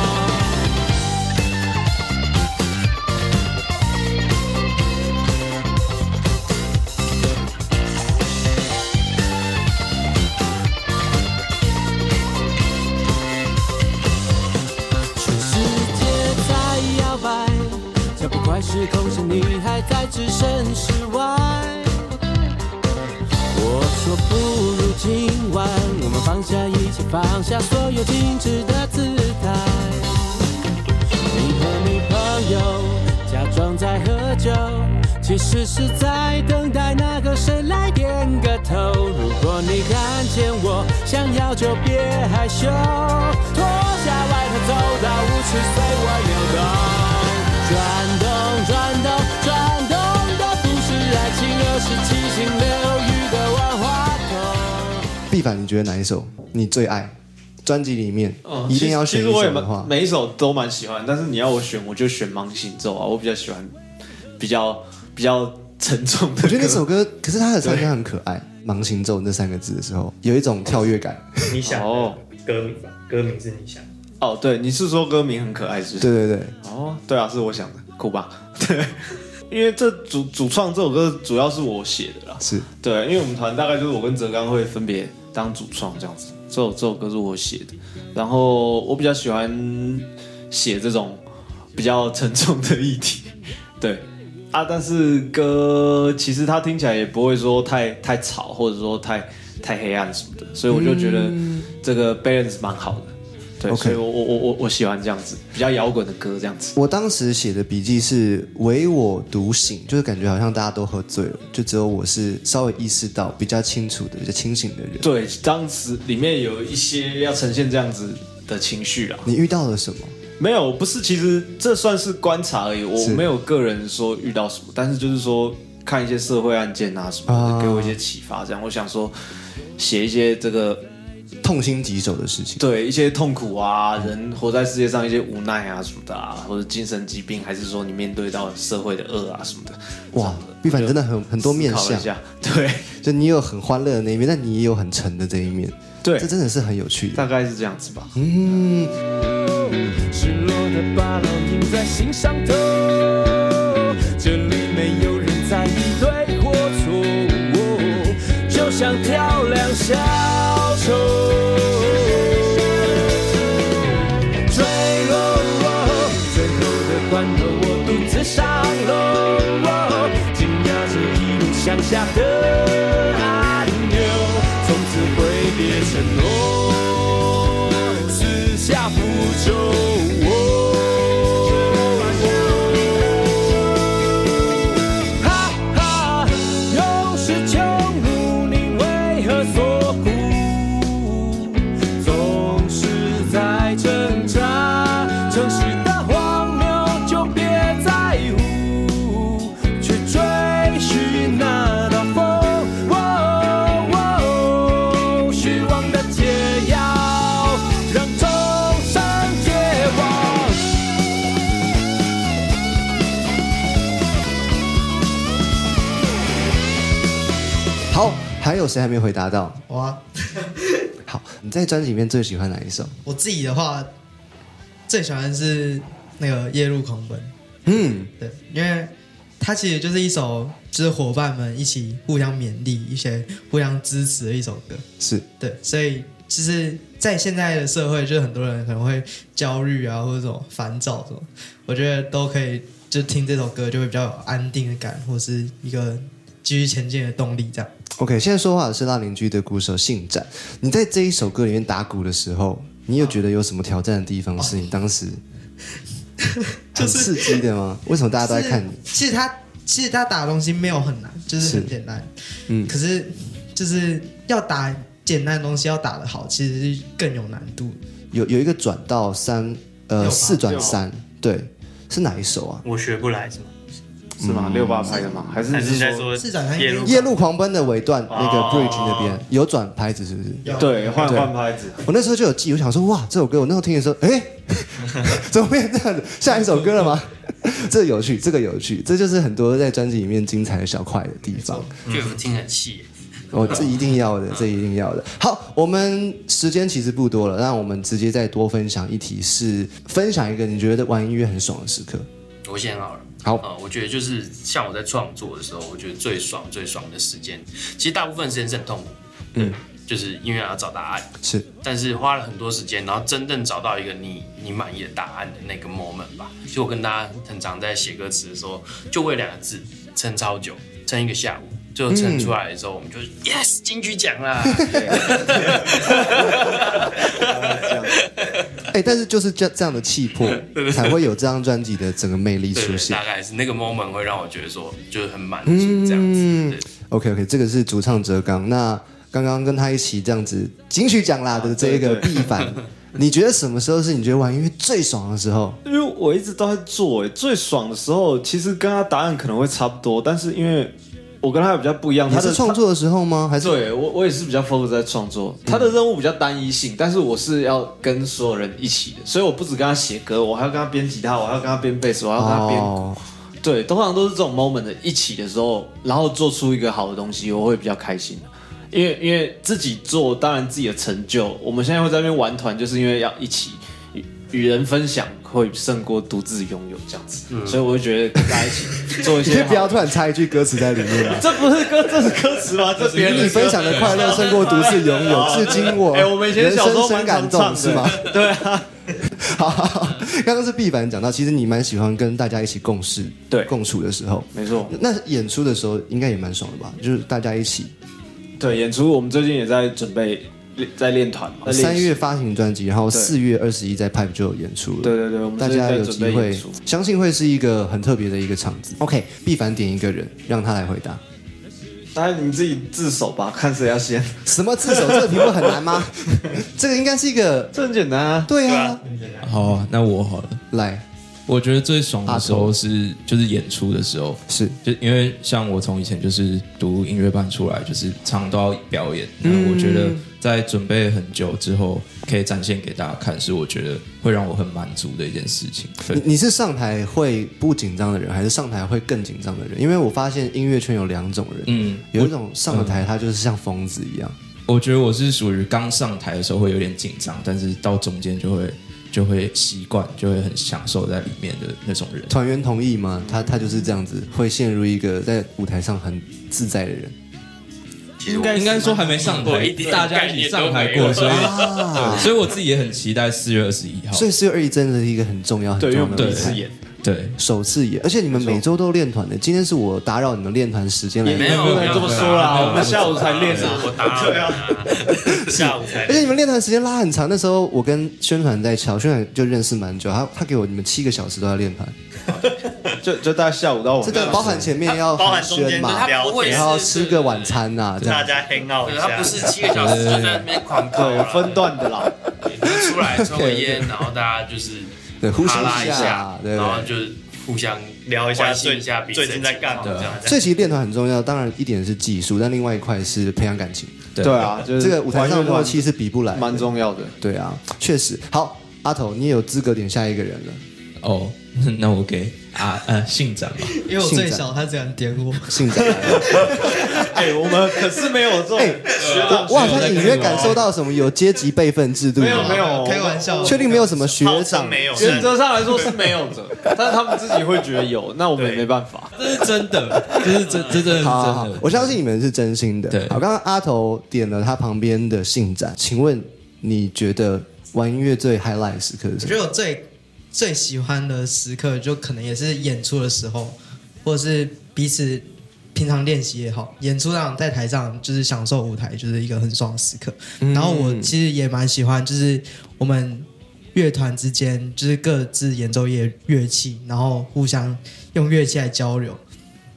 F: 全世界在摇摆，脚步快失控时，你还在置身事外。我说不如今晚，我们放下一切，放下所有停止的姿态。你和女朋友假装在喝酒，其实是在等待那个谁来点个头。如果你看见我，想要就别害羞，脱下外套走到舞池随我流动，转动转动转动的不是爱情，而是七情六欲的万花筒。
B: 毕凡，你觉得哪一首你最爱？专辑里面、
A: 哦
B: 一定要
A: 其
B: 选
A: 实其
B: 一
A: 实我也
B: 首
A: 蛮
B: 的话，
A: 每一首都蛮喜欢，但是你要我选，我就选《盲行咒》啊，我比较喜欢比较比较沉重的歌。
B: 我觉得那首歌，可是它的唱腔很可爱，“盲行咒”那三个字的时候，有一种跳跃 感。
C: 你想
A: 哦
C: 的歌名吧，歌名是你想的。
A: 哦，对，你是说歌名很可爱是不是？
B: 对对对，
A: 哦，对啊，是我想的，酷吧？对，因为这主主创这首歌主要是我写的啦。
B: 是
A: 对，因为我们团大概就是我跟泽刚会分别当主创这样子。这首这首歌是我写的，然后我比较喜欢写这种比较沉重的议题。 对啊，但是歌其实它听起来也不会说太太吵，或者说太太黑暗什么的，所以我就觉得这个 balance 蛮好的。对
B: OK
A: 所以我我我我我喜欢这样子比较摇滚的歌这样子。
B: 我当时写的笔记是唯我独醒，就是感觉好像大家都喝醉了，就只有我是稍微意识到比较清楚的、比较清醒的人。
A: 对，当时里面有一些要呈现这样子的情绪啊，
B: 你遇到了什么？
A: 没有，不是，其实这算是观察而已，我
B: 是
A: 没有个人说遇到什么，但是就是说看一些社会案件啊什么的，
B: 啊
A: 给我一些启发，这样我想说写一些这个
B: 痛心疾首的事情。
A: 对一些痛苦啊，人活在世界上一些无奈啊什么的啊，或者精神疾病，还是说你面对到社会的恶啊什么的，
B: 哇，毕凡真的很很
A: 很
B: 多面
A: 一
B: 相，
A: 下，对
B: 就你有很欢乐的那一面，但你也有很沉的这一面。
A: 对
B: 这，真的是很有趣的。
A: 大概是这样子吧。
B: 嗯，
F: 失落的巴郎印在心上头，这里没有人在意对或错，就像跳梁小丑，坠落，最后的关头我独自上楼，紧压着一路向下的按钮，从此挥别承诺。四下不周。哈哈，有时穷路，你为何所苦？总是在挣扎，城市的荒谬就别在乎，去追寻那道风。哦哦虚妄的解药，让众生绝望。
B: 好，还有谁还没回答到？
E: 我啊
B: 好，你在专辑里面最喜欢哪一首？
E: 我自己的话，最喜欢是那个《夜路狂奔》。
B: 嗯，
E: 对，因为它其实就是一首就是伙伴们一起互相勉励、一些互相支持的一首歌。
B: 是
E: 对，所以就是在现在的社会，就是很多人可能会焦虑啊，或者这种烦躁这种，我觉得都可以就听这首歌就会比较有安定的感，或是一个继续前进的动力这样。
B: OK。现在说话的是辣邻居的鼓手信展。你在这一首歌里面打鼓的时候，你有觉得有什么挑战的地方？是你当时很刺激的吗？为什么大家都在看你？
E: 是其实他其实他打的东西没有很难，就是很
B: 是
E: 简单。
B: 嗯
E: 可是就是要打简单的东西，要打得好，其实是更有难度。
B: 有有一个转到三，
E: 六
B: 呃，
E: 吧
B: 四转
A: 六
B: 三，对，是哪一首啊？
C: 我学不来是吗？
A: 是吗？六八拍的吗？还是
C: 还
A: 你是
C: 是你在
A: 说？
C: 说
E: 是转台
C: 夜路？
B: 夜路狂奔的尾段那个 bridge 那边有转拍子，是不是？
E: 要
A: 对，换
B: 对
A: 换拍子。
B: 我那时候就有记，我想说哇，这首歌我那时候听的时候，哎， 怎么变这样子？下一首歌了吗？ 这有趣，这个有趣，这就是很多在专辑里面精彩的小块的地方。
D: Jeff 听很细耶，
B: 哦，这一定要的，这一定要的。好，我们时间其实不多了，那我们直接再多分享一题是分享一个你觉得玩音乐很爽的时刻。
D: 我先好了。
B: 好
D: 呃，我觉得就是像我在创作的时候，我觉得最爽最爽的时间，其实大部分时间是很痛苦，嗯，就是因为要找答案，
B: 是
D: 但是花了很多时间，然后真正找到一个你你满意的答案的那个 moment 吧。所以我跟大家很常在写歌词的时候，就为两个字撑超久，撑一个下午，最后撑出来的时候，我们就 yes 金曲奖啦。
B: 哎，但是就是这这样的气 魄，才会有这张专辑的整个魅力
D: 对
B: 出
D: 对，
B: 现
D: 大。概是那个 moment 会让我觉得说，就是很满足这样子。
B: 嗯
D: 对
B: OK OK，这个是主唱哲刚。那刚刚跟他一起这样子金曲奖啦的这一个
A: 啊对
B: 必 凡，你觉得什么时候是你觉得玩音乐最爽的时候？
A: 因为我一直都在做、欸，最爽的时候其实跟他答案可能会差不多，但是因为我跟他比较不一样，
B: 你
A: 他
B: 是
A: 的哦
B: 创作的嗯时候吗？还是
A: 对我，我也是比较 focus 在创作，他的任务比较单一性，但是我是要跟所有人一起的，所以我不止跟他写歌，我还要跟他编吉他，我还要跟他编贝斯，我还要跟他编鼓。
B: 哦，
A: 对，通常都是这种 moment 的一起的时候，然后做出一个好的东西，我会比较开心的因为因为自己做，当然自己的成就，我们现在会在那边玩团，就是因为要一起与与人分享，会胜过独自拥有这样子。所以我就觉得跟大家一起做一
B: 你
A: 些
B: 可以
A: 好？
B: 不要突然插一句歌词在里面啊吗
A: 这不是歌，这是歌词吗？这是别人的
B: 你
A: 歌
B: 分享的快乐胜过独自拥 有，至今我
A: 哎、我们以前
B: 人
A: 小时
B: 生
A: 候
B: 深
A: 蛮
B: 感
A: 常
B: 动
A: 唱
B: 是吗？？
A: 对啊，
B: 好，好好刚刚是毕凡讲到，其实你蛮喜欢跟大家一起共事、
A: 对
B: 共处的时候，
A: 没错。
B: 那演出的时候应该也蛮爽的吧？就是大家一起。
A: 对，演出我们最近也在准备，在练团嘛。在练习
B: 三月，发行专辑，然后
A: 呃对
B: 四月二十一在 Pipe 就有演出了。
A: 对对对我们
B: 大
A: 最近
B: 家
A: 在
B: 有
A: 准
B: 机
A: 备
B: 会
A: 演出，
B: 相信会是一个很特别的一个场子。OK，毕凡点一个人，让他来回答。
A: 当然你自己自首吧，看谁要先。
B: 什么自首？这个题目很难吗？这个应该是一 个
A: 这很简单啊。
B: 对啊，
G: 好啊，那我好了。
B: 来
G: 我觉得最爽的时候是就是演出的时候，
B: 是
G: 就因为像我从以前就是读音乐班出来，就是常常都要表演。
B: 嗯
G: 那我觉得在准备很久之后，可以展现给大家看，是我觉得会让我很满足的一件事情。对
B: 你，你是上台会不紧张的人，还是上台会更紧张的人？因为我发现音乐圈有两种人，
G: 嗯
B: 有一种上了台他就是像疯子一样，
G: 我觉得我是属于刚上台的时候会有点紧张，但是到中间就会就会习惯，就会很享受在里面的那种人。
B: 团员同意吗？他他就是这样子，会陷入一个在舞台上很自在的人。
G: 应该应该说还没上
D: 我
G: 台
D: 一，点
G: 大家
D: 概
G: 一起
D: 念
G: 上
D: 都
G: 台
D: 没
G: 过，
D: 有
G: 所以
B: 啊
G: 对所以我自己也很期待四月二十一号。
B: 所以四月二一真的是一个很重要、很重
A: 对，因为我
B: 要
A: 们
B: 的
A: 第
B: 舞
A: 一
B: 台
A: 次演，
G: 对，
B: 首次演，而且你们每周都练团的。今天是我打扰你们练团时间来，
D: 没有
A: 不能这么说啦，
G: 没有
A: 我们下午才练
D: 是
A: 啊。
D: 我打扰了，
C: 下午才
B: 而且你们练团时间拉很长。那时候我跟宣传在敲，宣传就认识蛮久，他他给我你们七个小时都在练团，
A: 就就大概下午到晚
B: 这个包含前面要
C: 包含
B: 寒
C: 中间
B: 暄
C: 就是
B: 嘛，
C: 聊
D: 他不会
C: 天
B: 然后吃个晚餐呐、这
C: 大
B: 样。
C: 家 hang out 一
D: 对
C: 下，
D: 他不是七个小时就在那边狂跑
A: 对
D: 啊，
A: 分段的啦。
D: 出来抽个烟，然后大家就是
B: 对呼吸
D: 哈拉
B: 一
D: 一
B: 下
D: 下，
B: 对
D: 然后就是互相
C: 聊一下
D: 关心
C: 最
D: 一下彼此
C: 最近在干嘛
A: 啊
D: 的
C: 这
D: 情
C: 样
D: 况，。
B: 所以其实练团很重要，当然一点是技术，但另外一块是培养感情。
A: 对啊，就是
B: 这个舞台上的默契是比不来的，
A: 蛮重要的。
B: 对啊，确实。好，阿头，你也有资格点下一个人了。
G: 哦， 那我给啊呃信长吧。
E: 因为我最小，他只敢点我。
B: 信长来了。
A: 哎，我们可是没有这种
B: 哎
A: 学长
B: 我好像隐约感受到什么有阶级辈分制度，
A: 没有没有
E: 开玩笑，
B: 确定没有什么学
C: 号
B: 长
C: 称没有，
A: 原则上来说是没有的， 但是他们自己会觉得有，那我们也
C: 对
A: 没办法。
G: 这是真的，这是真，这真的是真
B: 好好好
G: 的。
B: 我相信你们是真心的。
G: 对
B: 好，刚刚阿头点了他旁边的信展，请问你觉得玩音乐最 highlight 时刻是
E: 我
B: 什
E: 觉
B: 么？
E: 得我最最喜欢的时刻，就可能也是演出的时候，或者是彼此平常练习也好，演出上在台上就是享受舞台，就是一个很爽的时刻。
B: 嗯
E: 然后我其实也蛮喜欢，就是我们乐团之间就是各自演奏乐乐器，然后互相用乐器来交流，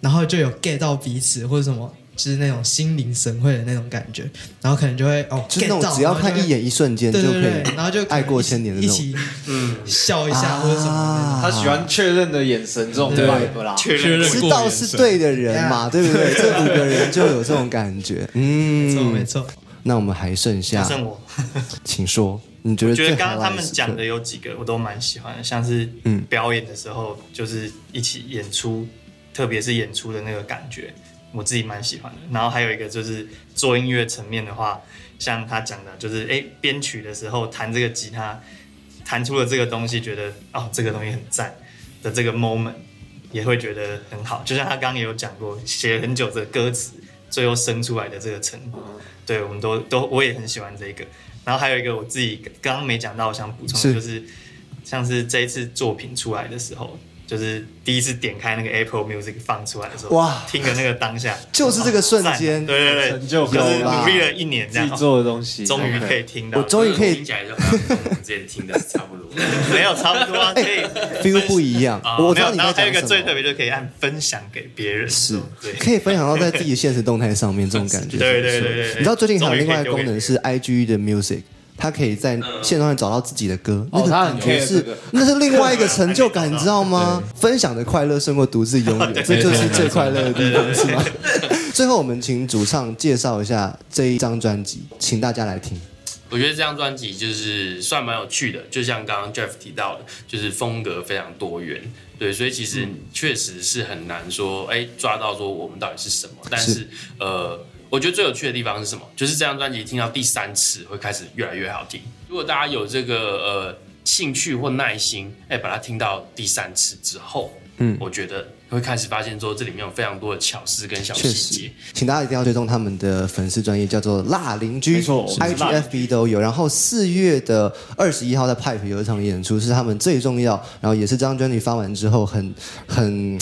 E: 然后就有 get 到彼此或者什么。就是那种心领神会的那种感觉，然后可能就会哦，
B: 就是那
E: get 到
B: 种只要
E: 然后就
B: 看
E: 会
B: 一眼一瞬间就
E: 对
B: 可
E: 对对，
B: 以，
E: 然后就可能
B: 爱过
E: 一起
B: 千年的
E: 一
B: 那种。啊
E: 起嗯笑一下或者什么的那种。
A: 他喜欢确认的眼神这种
G: 对
A: vibe 啦。
C: 确
G: 确
C: 认
G: 认
B: 知
G: 过
B: 道
G: 眼
B: 是
G: 神
B: 对的人嘛，对不对？这五个人就有这种感觉。
E: 没错
B: 嗯，
E: 没错，
B: 那我们还剩下，
C: 剩我。
B: 请说，你觉得
C: 我觉
B: 最
C: 得刚
B: highlight
C: 刚他们
B: 时刻
C: 讲的有几个我都蛮喜欢的，像是
B: 嗯
C: 表演的时候，就是一起演出，特别是演出的那个感觉，我自己蛮喜欢的。然后还有一个就是做音乐层面的话，像他讲的，就是哎编曲的时候弹这个吉他，弹出了这个东西，觉得哦这个东西很赞的这个 moment，也会觉得很好。就像他刚刚也有讲过，写了很久的歌词，最后生出来的这个成果，
A: 嗯
C: 对我们都都我也很喜欢这个。然后还有一个我自己刚刚没讲到，我想补充的
B: 是
C: 就是，像是这一次作品出来的时候，就是第一次点开那个 Apple Music 放出来的时候，
B: 哇
C: 听的那个当下，哦
B: 就是这个瞬
C: 赞啊
B: 间
C: 对对对，
A: 成就
C: 就
A: 感
C: 是
B: 有啦
C: 努力了一年这
A: 自己
C: 样，
A: 做的东西，
C: 终于可
A: OK
C: 以听到，
B: 我终于可以
D: 听起来就好像跟我们之前听的是差不多。
C: 没有差不 多
B: 哎
C: 啊，可以
B: feel 不一样。我知道
C: 啊没有，
B: 你
C: 然
B: 在
C: 后还
B: 讲
C: 有一
B: 什
C: 个
B: 么，
C: 最特别，就可以按分享给别人，
B: 是
C: 对，
B: 可以分享到在自己的现实动态上面，这种感觉。
C: 对对对对对
B: 你知道最近还有另外一个
C: 终于可以
B: 功能是 IG 的 Music。它可以在
C: 嗯
B: 线上找到自己的歌，那个
A: 它哦很
B: 感觉
A: care
B: 是
A: 这个，
B: 那是另外一个成就感，
C: 还没
B: 你
C: 找到
B: 知道吗？分享的快乐胜过独自拥 有，这就是最快乐的地方，是吗？最后，我们请主唱介绍一下这一张专辑，请大家来听。
D: 我觉得这张专辑就是算蛮有趣的，就像刚刚 Jeff 提到的，就是风格非常多元，对，所以其实确实是很难说，哎、抓到说我们到底是什么。但是呃，我觉得最有趣的地方是什么？就是这张专辑听到第三次会开始越来越好听。如果大家有这个呃兴趣或耐心，哎、把它听到第三次之后，嗯，我觉得会开始发现说这里面有非常多的巧思跟小
B: 确
D: 细
B: 实
D: 节。，
B: 请大家一定要追踪他们的粉丝专业，叫做“辣邻居”，
A: 没错我们是辣
B: IGFB 都有。然后四月的二十一号在 Pipe 有一场演出，是他们最重要，然后也是这张专辑发完之后很很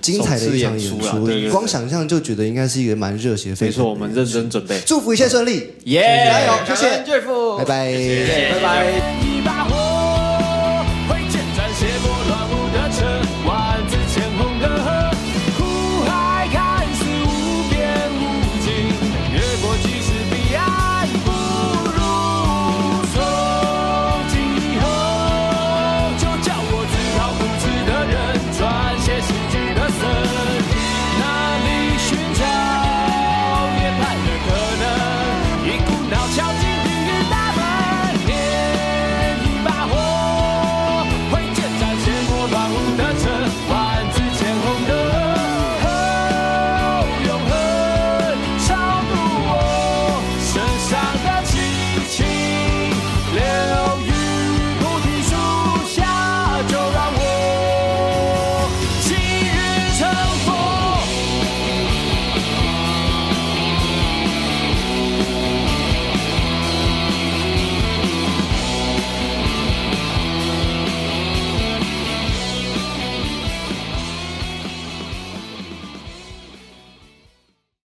B: 精彩的一场演
A: 首次演出啊
B: 出
A: 啦对对对
B: 光想象就觉得应该是一个蛮热血沸
A: 没
B: 腾的
A: 错，我们认真准备，
B: 祝福一切顺利，
A: 耶
B: 加油，谢谢，
A: ，Jeff，
B: 拜拜。
A: 拜拜。